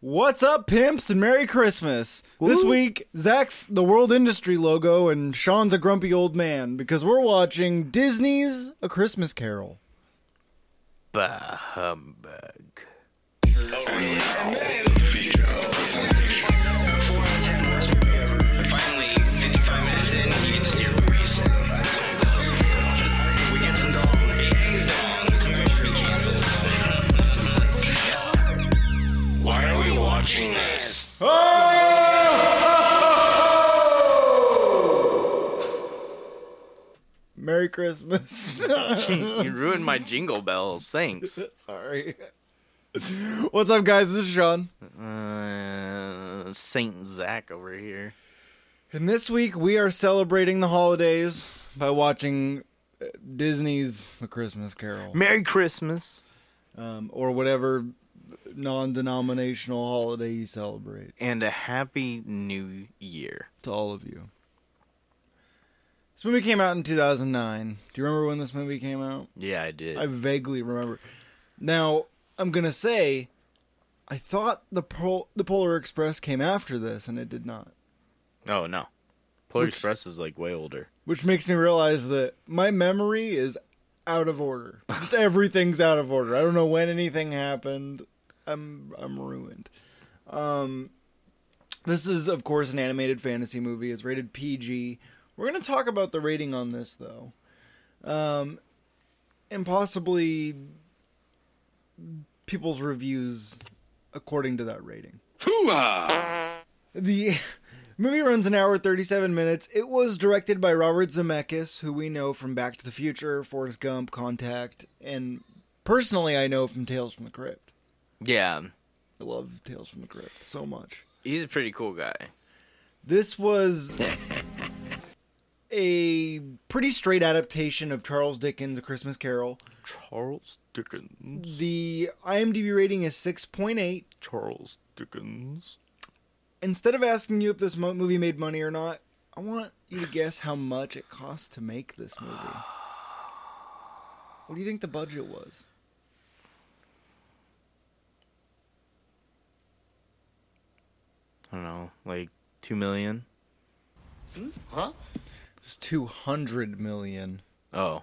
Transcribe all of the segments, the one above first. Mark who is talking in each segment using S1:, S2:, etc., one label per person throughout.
S1: What's up, pimps, and Merry Christmas! This
S2: Woo.
S1: week, Zach's the World Industry logo, and Sean's a grumpy old man because we're watching Disney's A Christmas Carol.
S2: Bah humbug.
S3: Finally, 55 minutes in, you get to see your movies. We get some dong. It hangs dong. It's going to be canceled. Why are we watching this?
S1: Merry Christmas.
S2: you ruined my jingle bells. Thanks.
S1: Sorry. What's up, guys? This is Sean.
S2: Uh, Saint Zach over here.
S1: And this week, we are celebrating the holidays by watching uh, Disney's A Christmas Carol,
S2: Merry Christmas
S1: um, or whatever non denominational holiday you celebrate.
S2: and a happy new year.
S1: to all of you. This movie came out in 2009. Do you remember when this movie came out?
S2: Yeah, I did.
S1: I vaguely remember. Now, I'm going to say I thought the Pol- the Polar Express came after this and it did not,
S2: Oh no, Polar
S1: Which-
S2: Express is like way older.
S1: which makes me realize that my memory is out of order. Just everything's out of order. I don't know when anything happened. I'm I'm ruined. Um, This is, of course, an animated fantasy movie. It's rated PG. We're going to talk about the rating on this, though. Um, and possibly people's reviews according to that rating. Hoo-ah! The movie runs an hour 37 minutes. It was directed by Robert Zemeckis, who we know from Back to the Future, Forrest Gump, Contact, and personally I know from Tales from the Crypt.
S2: Yeah,
S1: I love Tales from the Crypt so much.
S2: he's a pretty cool guy.
S1: This was a pretty straight adaptation of Charles Dickens' A Christmas Carol.
S2: Charles Dickens.
S1: The IMDb rating is 6.8.
S2: Charles Dickens.
S1: Instead of asking you if this mo- movie made money or not, I want you to guess how much it cost to make this movie. What do you think the budget was?
S2: I don't know, like two million.
S1: It's 200 million.
S2: Oh,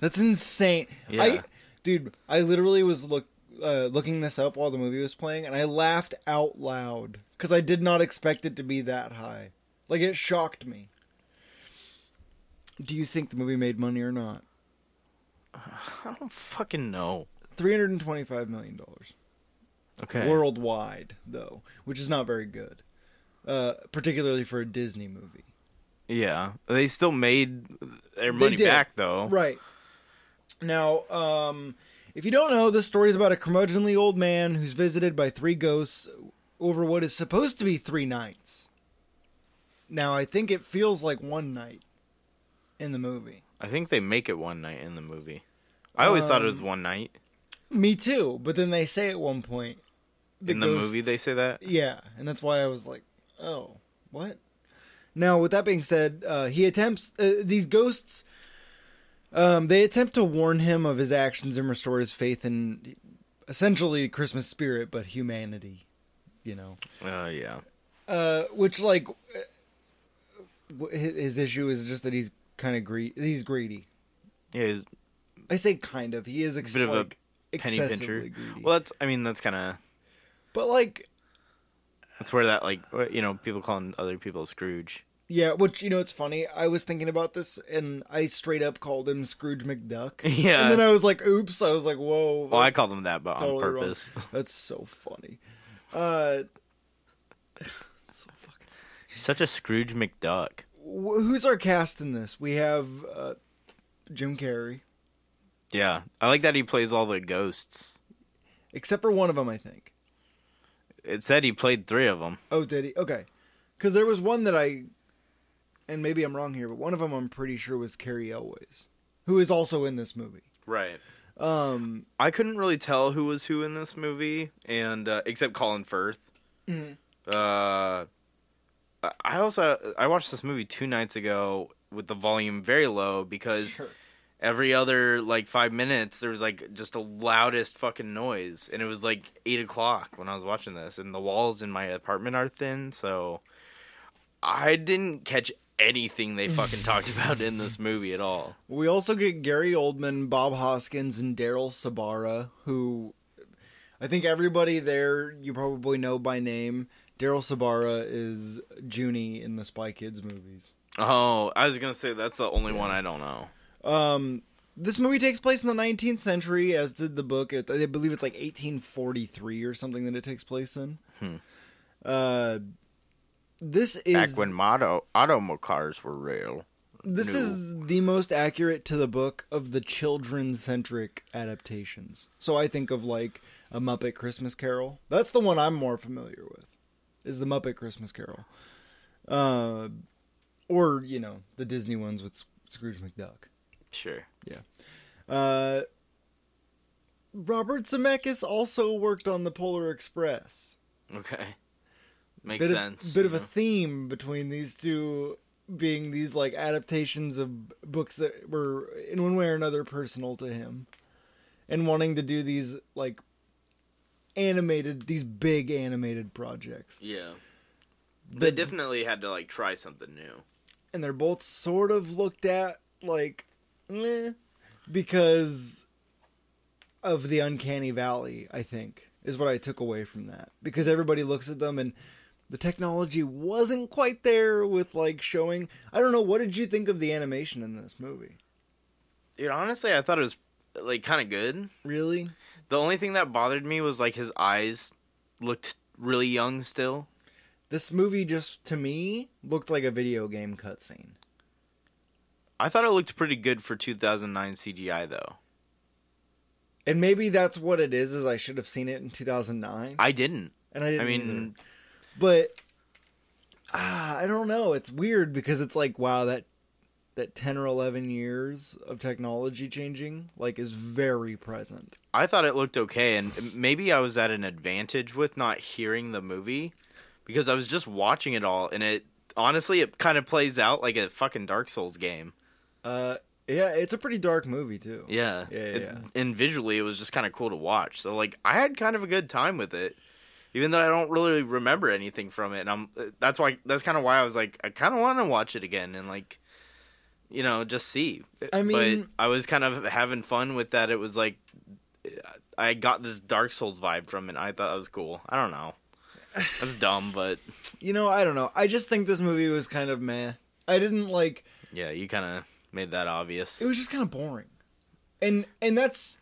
S1: That's insane. I
S2: Yeah.
S1: dude, I literally was look uh, looking this up while the movie was playing and I laughed out loud cuz I did not expect it to be that high. Like it shocked me. Do you think the movie made money or not?
S2: I don't fucking know.
S1: 325 million dollars
S2: Okay.
S1: worldwide though, which is not very good. Uh, particularly for a Disney movie.
S2: Yeah, they still made
S1: They
S2: their money
S1: did.
S2: back though.
S1: Right. Now, um, if you don't know, this story is about a curmudgeonly old man who's visited by three ghosts over what is supposed to be three nights. Now, I think it feels like one night in the movie.
S2: I think they make it one night in the movie. I always thought it
S1: Um,
S2: was one night
S1: Me too, but then they say at one point
S2: in the movie. They say that.
S1: Yeah, and that's why I was like, oh, what? Now, with that being said, uh, he attempts, uh, these ghosts, um, they attempt to warn him of his actions and restore his faith in essentially Christmas spirit, but humanity, you know.
S2: Oh yeah.
S1: Uh, which, like, uh, wh- his his issue is just that he's kind of greedy. He's greedy.
S2: Yeah, it's
S1: I say kind of. He is
S2: a
S1: ex-
S2: bit of a
S1: like,
S2: penny pincher.
S1: excessively greedy.
S2: Well, that's. I mean, that's kind of.
S1: but, like,
S2: That's where that like wh- you know people calling other people Scrooge.
S1: Yeah, which you know it's funny. I was thinking about this and I straight up called him Scrooge McDuck.
S2: Yeah.
S1: And then I was like, oops, I was like, whoa.
S2: Well, I
S1: that's
S2: called him that, but on
S1: totally wrong.
S2: purpose.
S1: That's so funny. Uh so fucking
S2: Such a Scrooge McDuck.
S1: Wh- who's our cast in this? We have uh Jim Carrey,
S2: Yeah, I like that he plays all the ghosts.
S1: except for one of them, I think.
S2: It said he played three of them.
S1: Oh, did he? Okay. Cuz there was one that I and maybe I'm wrong here, but one of them I'm pretty sure was Carrie Elways, who is also in this movie.
S2: Right.
S1: Um
S2: I couldn't really tell who was who in this movie, and uh, except Colin Firth. Uh, I- I also I watched this movie two nights ago with the volume very low because every other like five minutes there was like just the loudest fucking noise and it was like eight o'clock when i was watching this and the walls in my apartment are thin so i didn't catch anything they fucking talked about in this movie at all
S1: We also get Gary Oldman, Bob Hoskins, and Daryl Sabara, who I think everybody there you probably know by name. Daryl Sabara is Junie in the Spy Kids movies.
S2: oh i was gonna say that's the only one i don't know
S1: Um, this movie takes place in the 19th century, as did the book. It- I believe it's like 1843 or something that it takes place in. Uh, this is
S2: Hmm. back when auto auto cars were real
S1: this
S2: No.
S1: is the most accurate to the book of the children-centric adaptations. So I think of like a Muppet Christmas Carol. That's the one I'm more familiar with. Is the Muppet Christmas Carol, uh, or you know the Disney ones with Sc- Scrooge McDuck.
S2: sure
S1: Uh, Robert Zemeckis also worked on the Polar Express.
S2: okay makes
S1: Bit
S2: sense
S1: Of, bit of a theme between these two being these like adaptations of books that were in one way or another personal to him, and wanting to do these like animated these big animated projects.
S2: yeah they definitely had to like try something new
S1: and they're both sort of looked at like meh, because of the uncanny valley i think is what i took away from that because everybody looks at them and the technology wasn't quite there with like showing i don't know what did you think of the animation in this movie
S2: dude honestly i thought it was like kind of good
S1: really
S2: The only thing that bothered me was like his eyes looked really young still.
S1: this movie just to me looked like a video game cutscene
S2: I thought it looked pretty good for 2009 CGI though.
S1: and maybe that's what it is is i should have seen it in 2009
S2: I didn't.
S1: and i
S2: I
S1: didn't either.
S2: mean,
S1: but ah, I don't know. It's weird because it's like wow that that ten or eleven years of technology changing like is very present.
S2: I thought it looked okay and maybe I was at an advantage with not hearing the movie because I was just watching it all and it honestly it kind of plays out like a fucking Dark Souls game.
S1: Uh, yeah, it's a pretty dark movie too.
S2: Yeah.
S1: Yeah,
S2: It-
S1: yeah.
S2: and visually it was just kind of cool to watch. So like I had kind of a good time with it. Even though I don't really remember anything from it and I'm uh, that's why that's kind of why I was like I kind of want to watch it again and like you know just see. Uh,
S1: I mean-
S2: but I was kind of having fun with that. It was like uh, I got this Dark Souls vibe from it. I thought that was cool. I don't know. That's dumb, but
S1: You know, I don't know. I just think this movie was kind of meh. I didn't like.
S2: yeah, you kind of made that obvious.
S1: It was just kind of boring, and and that's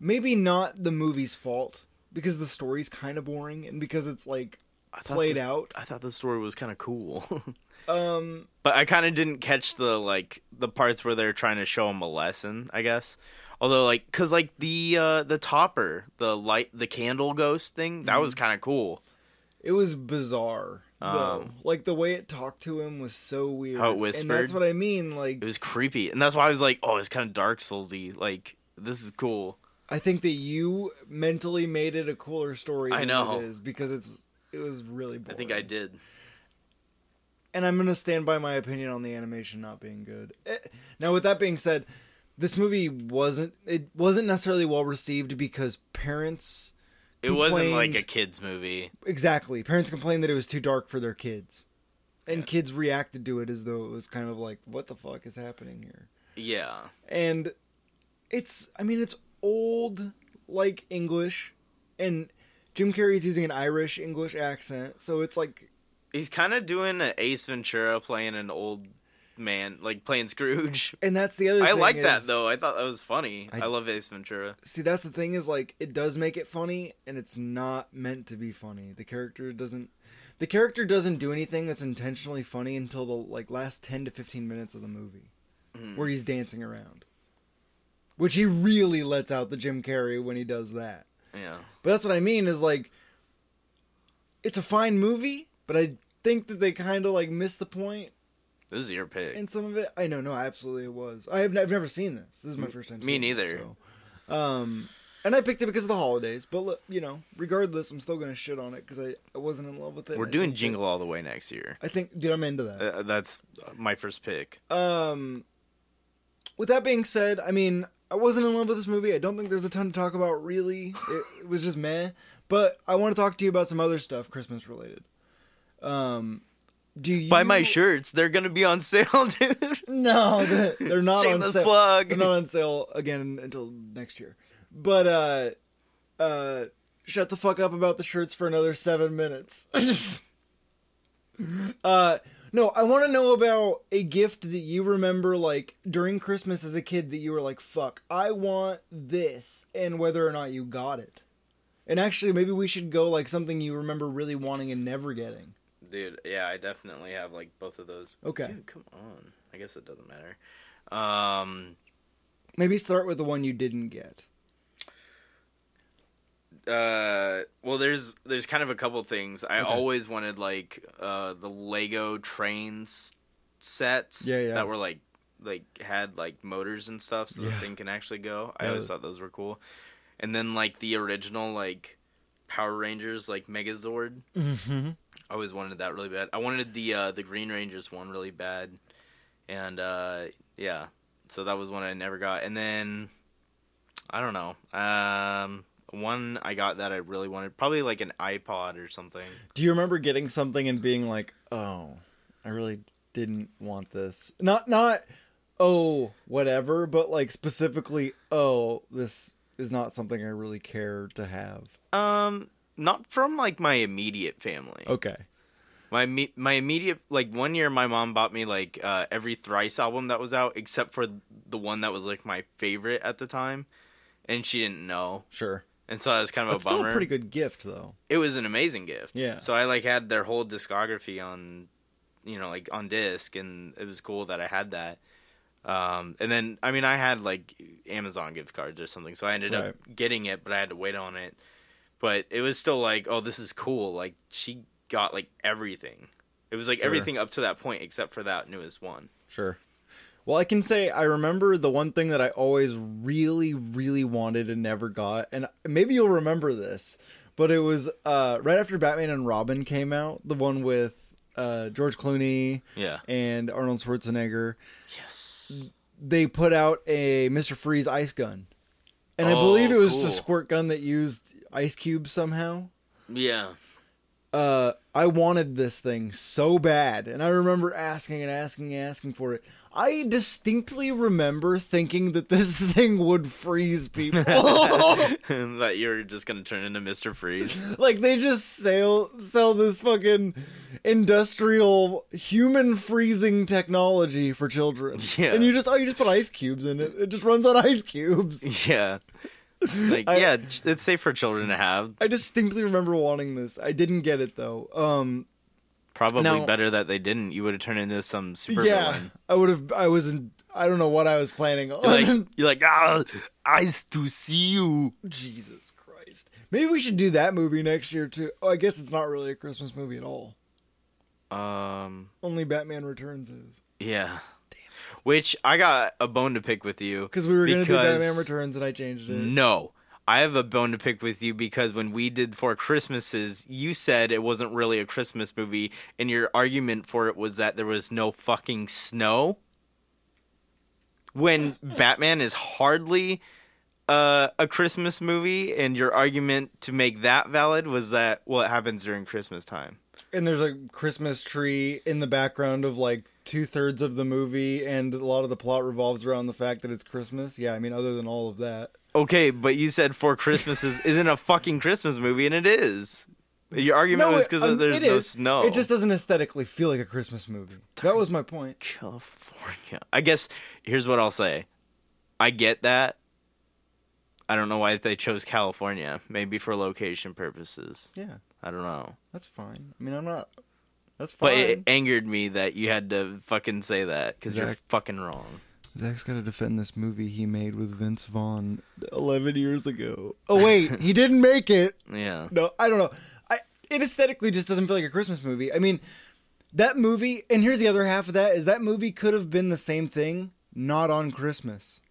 S1: maybe not the movie's fault because the story's kind of boring and because it's like
S2: I thought
S1: played
S2: this-
S1: out.
S2: I thought the story was kind of cool.
S1: Um,
S2: But I kind of didn't catch the like the parts where they're trying to show him a lesson, I guess. Although like cuz like the uh the topper, the light the candle ghost thing, that
S1: Mm-hmm.
S2: was kind of cool.
S1: It was bizarre. Though.
S2: Um,
S1: like the way it talked to him was so weird.
S2: How it
S1: And that's
S2: whispered.
S1: what I mean. Like
S2: It was creepy. And that's why I was like, "Oh, it's kind of dark soulsy. Like this is cool."
S1: I think that you mentally made it a cooler story.
S2: I
S1: Than
S2: know.
S1: it is because it's it was really. Boring.
S2: I think I did.
S1: And I'm gonna stand by my opinion on the animation not being good. Eh, Now, with that being said, this movie wasn't it wasn't necessarily well received because parents
S2: It wasn't like a
S1: Complained.
S2: kids movie.
S1: exactly parents complained that it was too dark for their kids, and kids reacted to it as though it was kind of like what the fuck is happening here.
S2: Yeah.
S1: and it's i mean it's old like english and jim carrey's using an irish english accent so it's like
S2: He's kind of doing an Ace Ventura playing an old man, like playing Scrooge.
S1: and that's the other
S2: I
S1: thing
S2: like that
S1: is-
S2: though. I thought that was funny.
S1: I-
S2: I love Ace Ventura.
S1: see that's the thing is like it does make it funny and it's not meant to be funny the character doesn't the character doesn't do anything that's intentionally funny until the like last 10 to 15 minutes of the movie
S2: Mm,
S1: where he's dancing around which he really lets out the jim carrey when he does that
S2: Yeah.
S1: But that's what I mean is like it's a fine movie, but I think that they kind of like missed the point
S2: This is your pick.
S1: in some of it. I know, no, absolutely it was. I have ne- I've never seen this. This is my first time.
S2: me
S1: seeing it,
S2: neither.
S1: so. Um, and I picked it because of the holidays, but look, you know, regardless, I'm still gonna shit on it because I, I wasn't in love with it.
S2: We're
S1: and I
S2: doing
S1: think that-
S2: Jingle All the Way next year.
S1: I think, dude, I'm into that.
S2: Uh, that's my first pick.
S1: Um, with that being said, I mean, I wasn't in love with this movie. I don't think there's a ton to talk about really. It, it was just meh. But I want to talk to you about some other stuff Christmas related. Um, do you
S2: Buy my shirts. They're gonna be on sale, dude.
S1: No, they're they're not on
S2: Shameless
S1: sale.
S2: plug.
S1: They're not on sale again until next year. But uh, uh, shut the fuck up about the shirts for another seven minutes. uh, no, I want to know about a gift that you remember, like during Christmas as a kid, that you were like, "Fuck, I want this," and whether or not you got it. And actually, maybe we should go like something you remember really wanting and never getting.
S2: Dude, yeah, I definitely have like both of those.
S1: Okay.
S2: Dude, come on. I guess it doesn't matter. Um,
S1: Maybe start with the one you didn't get.
S2: uh, well, there's there's kind of a couple things. I always wanted like uh the Lego trains sets
S1: Yeah, yeah.
S2: that were like like had like motors and stuff, so the thing can actually go. I
S1: Yeah.
S2: always thought those were cool. And then like the original like Power Rangers like Megazord.
S1: Mm-hmm.
S2: I always wanted that really bad. I wanted the uh, the Green Rangers one really bad, and uh, yeah, so that was one I never got. And then I don't know, um, one I got that I really wanted, probably like an iPod or something.
S1: Do you remember getting something and being like, "Oh, I really didn't want this." Not not oh, whatever, but like specifically, "Oh, this is not something I really care to have."
S2: Um, not from like my immediate family.
S1: Okay.
S2: My me- my immediate like one year, my mom bought me like uh, every Thrice album that was out, except for the one that was like my favorite at the time, and she didn't know,
S1: Sure.
S2: and so that was kind of
S1: That's
S2: a Oh, bummer.
S1: still a pretty good gift though.
S2: it was an amazing gift.
S1: Yeah.
S2: So I like had their whole discography on, you know, like on disc, and it was cool that I had that. Um, and then I mean I had like Amazon gift cards or something, so I ended up getting it, but I had to wait on it. But it was still like, oh, this is cool. Like she got like everything. It was like
S1: Sure.
S2: everything up to that point except for that newest one.
S1: Sure. Well, I can say I remember the one thing that I always really, really wanted and never got, and maybe you'll remember this, but it was uh, right after Batman and Robin came out, the one with uh, George Clooney
S2: Yeah.
S1: and Arnold Schwarzenegger.
S2: Yes.
S1: they put out a Mr. Freeze ice gun. And I
S2: Oh,
S1: believe it was
S2: cool.
S1: the squirt gun that used ice cubes somehow.
S2: Yeah.
S1: Uh, I wanted this thing so bad, and I remember asking and asking and asking for it. I distinctly remember thinking that this thing would freeze people.
S2: that you're just gonna turn into Mr. Freeze.
S1: like they just sell sell this fucking industrial human freezing technology for children.
S2: Yeah.
S1: And you just oh you just put ice cubes in it. It just runs on ice cubes.
S2: yeah. Like
S1: I-
S2: yeah, ch- it's safe for children to have.
S1: I distinctly remember wanting this. I didn't get it though. Um,
S2: Probably
S1: Now-
S2: better that they didn't. You would have turned into some super
S1: yeah,
S2: villain.
S1: I would have. I was in. I don't know what I was planning on.
S2: Like you're like, ah, eyes to see you.
S1: Jesus Christ! Maybe we should do that movie next year too. Oh, I guess it's not really a Christmas movie at all.
S2: Um,
S1: Only Batman Returns is
S2: yeah. Which I got a bone to pick with you
S1: because we were gonna do
S2: Because-
S1: Batman Returns and I changed it.
S2: No, I have a bone to pick with you because when we did Four Christmases, you said it wasn't really a Christmas movie, and your argument for it was that there was no fucking snow. When Batman is hardly uh, a Christmas movie, and your argument to make that valid was that well, it happens during Christmas time.
S1: And there's a Christmas tree in the background of like two thirds of the movie, and a lot of the plot revolves around the fact that it's Christmas. Yeah, I mean, other than all of that,
S2: Okay, but you said Four Christmases isn't a fucking Christmas movie, and it is. Your argument was
S1: it-
S2: 'cause was
S1: um,
S2: because there's
S1: it
S2: no
S1: is.
S2: snow.
S1: It just doesn't aesthetically feel like a Christmas movie. That was my point.
S2: California. I guess here's what I'll say. I get that. I don't know why they chose California. Maybe for location purposes.
S1: Yeah,
S2: I don't know.
S1: that's fine. I mean, I'm not. That's
S2: But
S1: fine.
S2: it angered me that you had to fucking say that because you're
S1: Zach.
S2: fucking wrong.
S1: Zach's got to defend this movie he made with Vince Vaughn 11 years ago. Oh wait, he didn't make it.
S2: Yeah.
S1: No, I don't know. I it aesthetically just doesn't feel like a Christmas movie. I mean, that movie. And here's the other half of that: is that movie could have been the same thing, not on Christmas.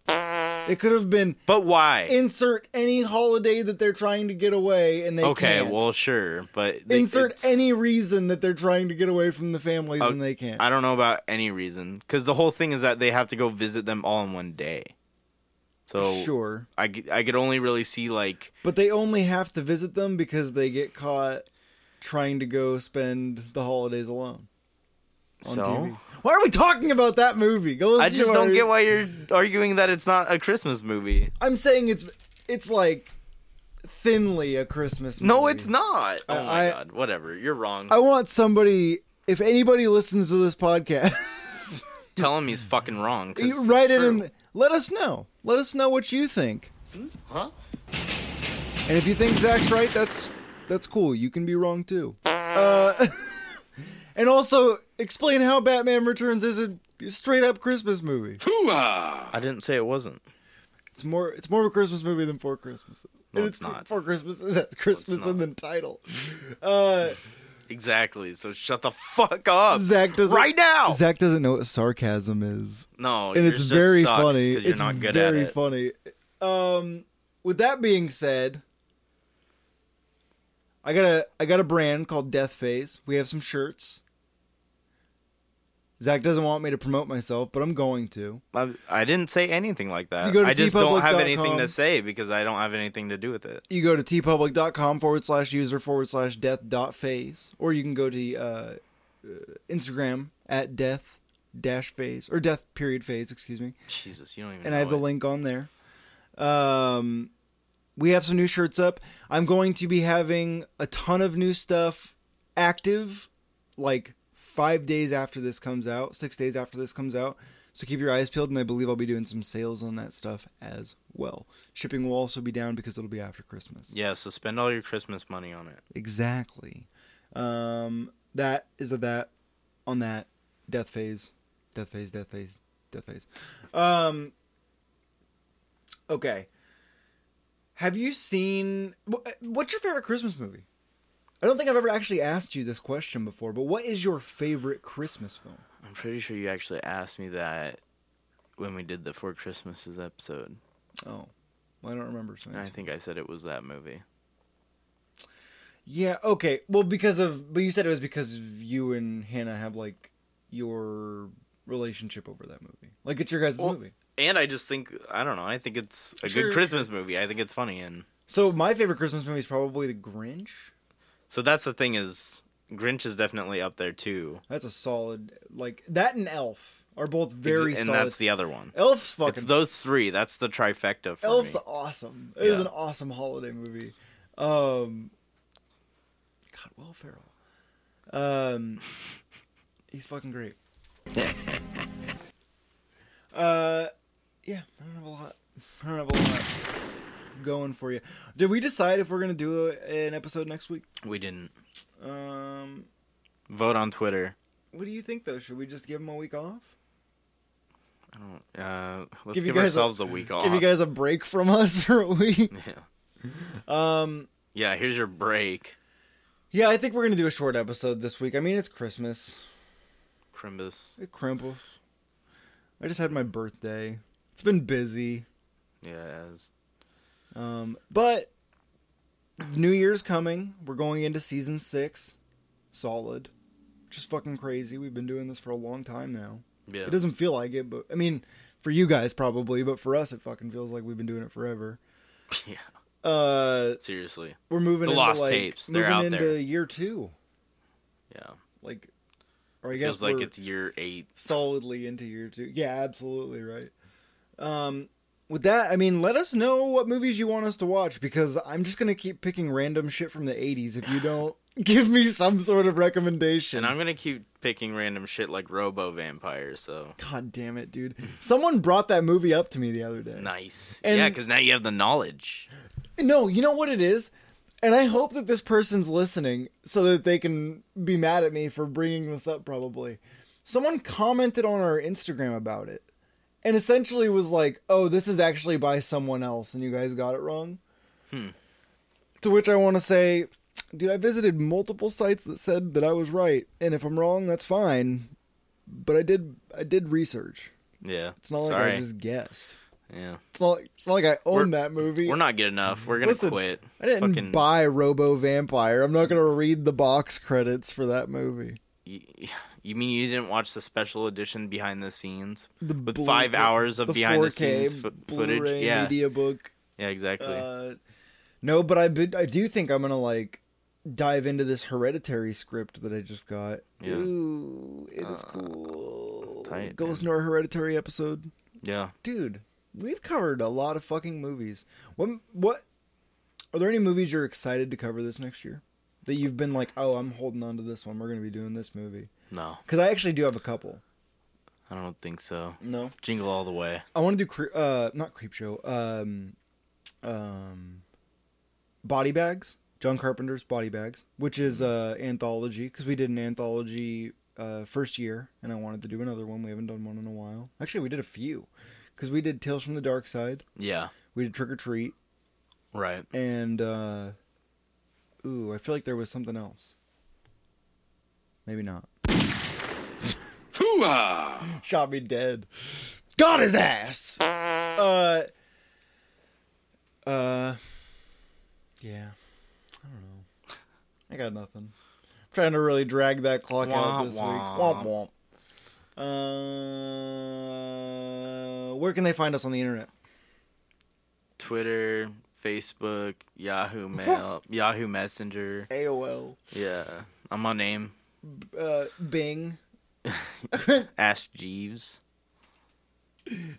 S1: It could have been
S2: But why?
S1: insert any holiday that they're trying to get away, and they
S2: okay,
S1: can't.
S2: well, sure, but they-
S1: insert
S2: it's-
S1: any reason that they're trying to get away from the families,
S2: Oh,
S1: and they can't.
S2: I don't know about any reason because the whole thing is that they have to go visit them all in one day. So
S1: sure,
S2: I, c- I could only really see like
S1: but they only have to visit them because they get caught trying to go spend the holidays alone. On
S2: so.
S1: TV. Why are we talking about that movie? Go
S2: I
S1: listen to
S2: just don't
S1: our-
S2: get why you're arguing that it's not a Christmas movie.
S1: I'm saying it's it's like thinly a Christmas. Movie.
S2: No, it's not. Oh my
S1: I-
S2: god, whatever. You're wrong.
S1: I want somebody. If anybody listens to this podcast,
S2: Tell him he's fucking wrong. 'cause
S1: you
S2: it's
S1: write it
S2: true.
S1: in. Let us know. Let us know what you think.
S3: Huh?
S1: And if you think Zach's right, that's that's cool. You can be wrong too. Uh, and also explain how Batman Returns is a straight up Christmas movie.
S3: Hoo-ah!
S2: I didn't say it wasn't.
S1: It's more it's more of a Christmas movie than Four Christmases.
S2: No,
S1: And
S2: it's not.
S1: Four Christmases has Christmas
S2: not.
S1: in the title. Uh,
S2: Exactly. So shut the fuck up.
S1: Zach doesn't
S2: right now.
S1: Zach doesn't know what sarcasm is,
S2: no,
S1: and
S2: Oh. yours
S1: it's
S2: just
S1: very
S2: sucks
S1: funny.
S2: 'cause You're
S1: it's
S2: not good
S1: very
S2: at it.
S1: funny. Um, with that being said, I got a I got a brand called Death Phase. We have some shirts. Zach doesn't want me to promote myself, but I'm going to.
S2: I, I didn't say anything like that.
S1: You go to
S2: I just don't have
S1: tpublic.com.
S2: anything to say because I don't have anything to do with it.
S1: You go to tpublic.com forward slash user forward slash death dot phase, or you can go to uh, uh, Instagram at death dash phase or death period phase, excuse me.
S2: Jesus, you don't even.
S1: and
S2: know
S1: I have the
S2: it.
S1: link on there. Um, we have some new shirts up. I'm going to be having a ton of new stuff active, like five days after this comes out, six days after this comes out. So keep your eyes peeled, and I believe I'll be doing some sales on that stuff as well. Shipping will also be down because it'll be after Christmas.
S2: Yeah, so spend all your Christmas money on it.
S1: Exactly. Um, that is a that on that death phase, death phase, death phase, death phase. Um, okay. Have you seen wh- what's your favorite Christmas movie? I don't think I've ever actually asked you this question before, but what is your favorite Christmas film?
S2: I'm pretty sure you actually asked me that when we did the Four Christmases episode,
S1: Oh, well, I don't remember. So
S2: and I think I said it was that movie.
S1: yeah. Okay. Well, because of but you said it was because you and Hannah have like your relationship over that movie. Like it's your guys'
S2: Well,
S1: movie.
S2: And I just think I don't know. I think it's a
S1: Sure.
S2: good Christmas movie. I think it's funny, and
S1: So my favorite Christmas movie is probably The Grinch.
S2: so that's the thing is Grinch is definitely up there too.
S1: That's a solid like that and Elf are both
S2: Ex-
S1: very
S2: and
S1: solid.
S2: that's the other one.
S1: Elf's fucking
S2: It's those three. That's the trifecta for
S1: Elf's
S2: me.
S1: awesome. It is
S2: Yeah.
S1: an awesome holiday movie. Um God, Will Ferrell. Um he's fucking great. uh yeah, I don't have a lot. I don't have a lot going for you. Did we decide if we're going to do a, an episode next week?
S2: We didn't
S1: Um
S2: vote on Twitter.
S1: What do you think though? Should we just give them a week off?
S2: Uh, let's
S1: Give
S2: give,
S1: you guys a-
S2: ourselves a, week off.
S1: Give you guys a break from us for a week.
S2: yeah. Mm.
S1: Um,
S2: yeah, here's your break,
S1: yeah, I think we're gonna do a short episode this week. I mean, it's Christmas.
S2: Crimbus.
S1: It crumples. I just had my birthday. It's been busy,
S2: Yeah, it is.
S1: um, but New Year's coming. We're going into season six, solid. Just fucking crazy. We've been doing this for a long time now.
S2: yeah.
S1: It doesn't feel like it, but I mean, for you guys probably, but for us, it fucking feels like we've been doing it forever.
S2: Yeah,
S1: Uh,
S2: seriously.
S1: we're moving
S2: The
S1: into,
S2: lost
S1: like,
S2: tapes, they're
S1: moving
S2: out
S1: into
S2: there.
S1: year two
S2: Yeah,
S1: like or i
S2: it
S1: guess
S2: feels like
S1: we're
S2: it's year eight.
S1: solidly into year two yeah absolutely right um with that i mean let us know what movies you want us to watch because i'm just gonna keep picking random shit from the 80s if you don't give me some sort of recommendation
S2: And I'm gonna keep picking random shit like Robo Vampire. So
S1: god damn it dude someone brought that movie up to me the other day
S2: nice. Yeah,
S1: And-
S2: 'cause yeah, because now you have the knowledge.
S1: No, you know what it is? And I hope that this person's listening so that they can be mad at me for bringing this up, probably. Someone commented on our Instagram about it and essentially was like, oh, this is actually by someone else and you guys got it wrong.
S2: Hmm.
S1: To which I want to say, dude, I visited multiple sites that said that I was right. And if I'm wrong, that's fine. But I did, I did research.
S2: Yeah.
S1: It's not like
S2: Sorry.
S1: I just guessed.
S2: Yeah,
S1: It's not, like- it's not like I own
S2: We're-
S1: that movie.
S2: we're not good enough. We're gonna
S1: Listen,
S2: quit.
S1: I didn't
S2: fucking-
S1: buy Robo Vampire. I'm not going to read the box credits for that movie.
S2: You, you mean you didn't watch the special edition behind the scenes
S1: The
S2: with
S1: Blu-
S2: five hours of
S1: the
S2: behind
S1: 4K
S2: the scenes fo- footage?
S1: Blu-ray
S2: Yeah,
S1: media book.
S2: yeah, exactly.
S1: Uh, no, but I be- I do think I'm gonna like dive into this hereditary script that I just got.
S2: Yeah. Uh,
S1: Ooh, it is cool.
S2: tight,
S1: Goes into our hereditary episode,
S2: yeah,
S1: dude. We've covered a lot of fucking movies. What what are there any movies you're excited to cover this next year that you've been like, oh, I'm holding on to this one. We're gonna be doing this movie
S2: no,
S1: because I actually do have a couple.
S2: I don't think so.
S1: No,
S2: Jingle all the way.
S1: I want to do cre- uh not creep show um um body bags John Carpenter's body bags which is uh anthology because we did an anthology uh first year and I wanted to do another one we haven't done one in a while actually we did a few because we did Tales from the Dark Side
S2: Yeah,
S1: we did Trick or Treat
S2: right.
S1: and uh ooh I feel like there was something else maybe not
S3: Hoo-ah!
S1: shot me dead. Got his ass. Uh. Uh. Yeah. I don't know. I got nothing. trying to really drag that clock out
S2: Womp
S1: this
S2: womp.
S1: week. Womp womp. Uh, where can they find us on the internet?
S2: Twitter, Facebook, Yahoo Mail, Yahoo Messenger.
S1: AOL,
S2: Yeah, I'm my name.
S1: uh, Bing.
S2: Ask Jeeves.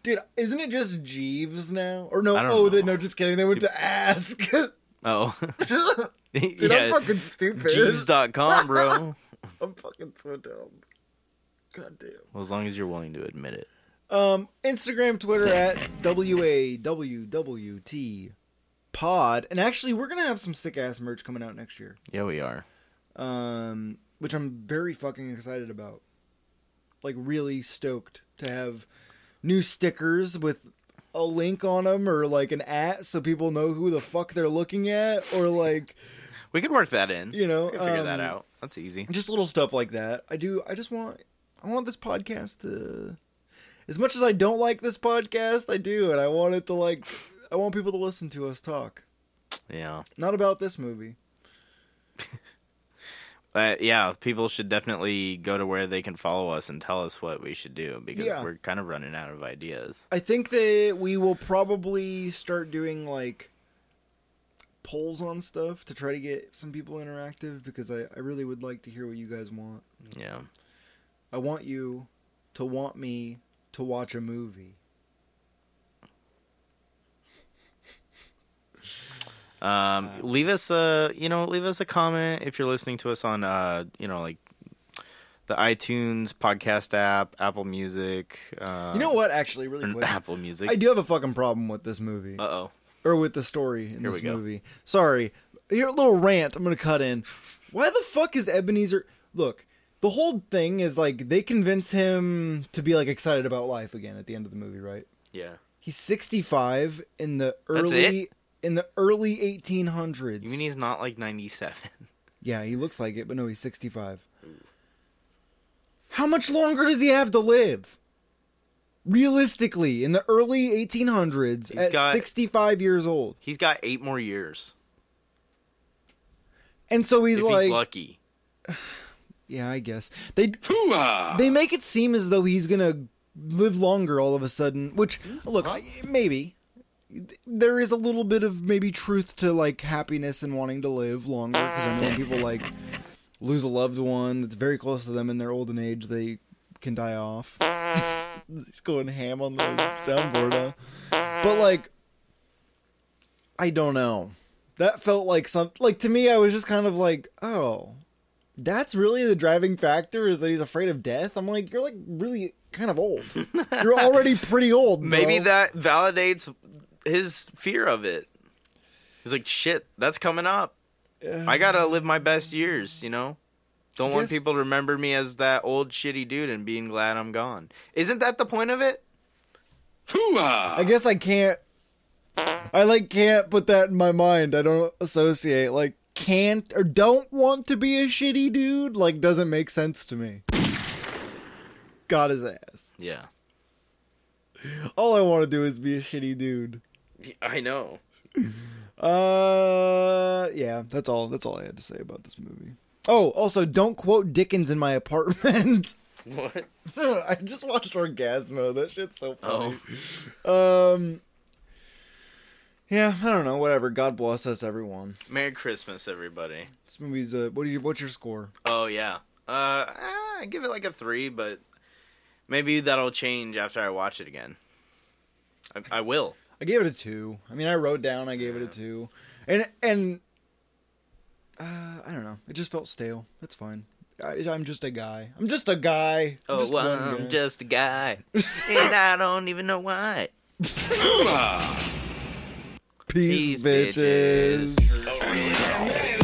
S1: Dude, isn't it just Jeeves now? Or no?
S2: I don't
S1: Oh,
S2: know.
S1: they, no, just kidding. They went to ask. Dude,
S2: Oh,
S1: I'm
S2: yeah,
S1: fucking stupid.
S2: Jeeves.com, bro.
S1: I'm fucking so dumb. God damn.
S2: Well, as long as you're willing to admit it.
S1: Um, Instagram, Twitter at WAWWT pod. And actually, we're going to have some sick ass merch coming out next year,
S2: Yeah, we are.
S1: um, which I'm very fucking excited about. Like, really stoked to have new stickers with a link on them or like an at so people know who the fuck they're looking at or like,
S2: We could work that in.
S1: you know,
S2: we could figure that
S1: um,
S2: out. That's easy.
S1: just little stuff like that. I do. I just want. I want this podcast to. As much as I don't like this podcast, I do, and I want it to like. I want people to listen to us talk,
S2: Yeah.
S1: not about this movie.
S2: But yeah, people should definitely go to where they can follow us and tell us what we should do because
S1: Yeah.
S2: we're kind of running out of ideas.
S1: I think that we will probably start doing like polls on stuff to try to get some people interactive because I, I really would like to hear what you guys want.
S2: Yeah.
S1: I want you to want me to watch a movie.
S2: Um,
S1: Uh,
S2: leave us a you know leave us a comment if you're listening to us on uh you know like the iTunes podcast app, Apple Music. Uh,
S1: You know what? Actually, really
S2: or
S1: quick,
S2: Apple Music.
S1: I do have a fucking problem with this movie.
S2: Uh oh.
S1: or with the story in
S2: Here
S1: this
S2: we go.
S1: movie. Sorry, here a little rant. I'm gonna cut in. Why the fuck is Ebenezer? Look, the whole thing is like they convince him to be like excited about life again at the end of the movie, right?
S2: Yeah.
S1: He's 65 in the
S2: That's
S1: early in the early 1800s.
S2: You mean he's not like 97?
S1: yeah, he looks like it, but no, he's 65. How much longer does he have to live? Realistically, in the early 1800s,
S2: He's
S1: at
S2: got-
S1: 65 years old,
S2: He's got eight more years.
S1: and so he's
S2: if
S1: like,
S2: he's lucky.
S1: yeah, I guess they
S3: Hoo-ah!
S1: they make it seem as though he's gonna live longer all of a sudden which look I, maybe there is a little bit of maybe truth to like happiness and wanting to live longer because i know when people like lose a loved one that's very close to them in their old age they can die off he's going ham on the soundboard now but like i don't know that felt like some like to me i was just kind of like oh that's really the driving factor is that he's afraid of death. I'm like, you're like really kind of old. You're already pretty old. bro.
S2: Maybe that validates his fear of it. He's like, shit, that's coming up. I gotta live my best years, you know? Don't want
S1: guess-
S2: people to remember me as that old shitty dude and being glad I'm gone. Isn't that the point of it?
S3: Hoo-ah!
S1: I guess I can't. I like can't put that in my mind. I don't associate like can't or don't want to be a shitty dude. Like doesn't make sense to me. Got his ass.
S2: Yeah.
S1: All I want to do is be a shitty dude.
S2: I know.
S1: Uh, yeah, that's all. That's all I had to say about this movie. Oh, also, don't quote Dickens in my apartment.
S2: What?
S1: I just watched Orgasmo. That shit's so funny.
S2: Oh,
S1: Um, yeah, I don't know. Whatever. God bless us, everyone.
S2: Merry Christmas, everybody.
S1: This movie's uh, what do you? What's your score?
S2: Oh yeah. Uh, ah, I give it like a three, but maybe that'll change after I watch it again. I, I will.
S1: I gave it a two. I mean, I wrote down. I gave it a
S2: Yeah.
S1: two, and and uh, I don't know. It just felt stale. That's fine. I, I'm just a guy. I'm just a guy. I'm
S2: Oh
S1: just
S2: well,
S1: one guy.
S2: I'm just a guy, and I don't even know why.
S1: peace,
S2: These
S1: bitches.
S2: bitches.
S3: Arena.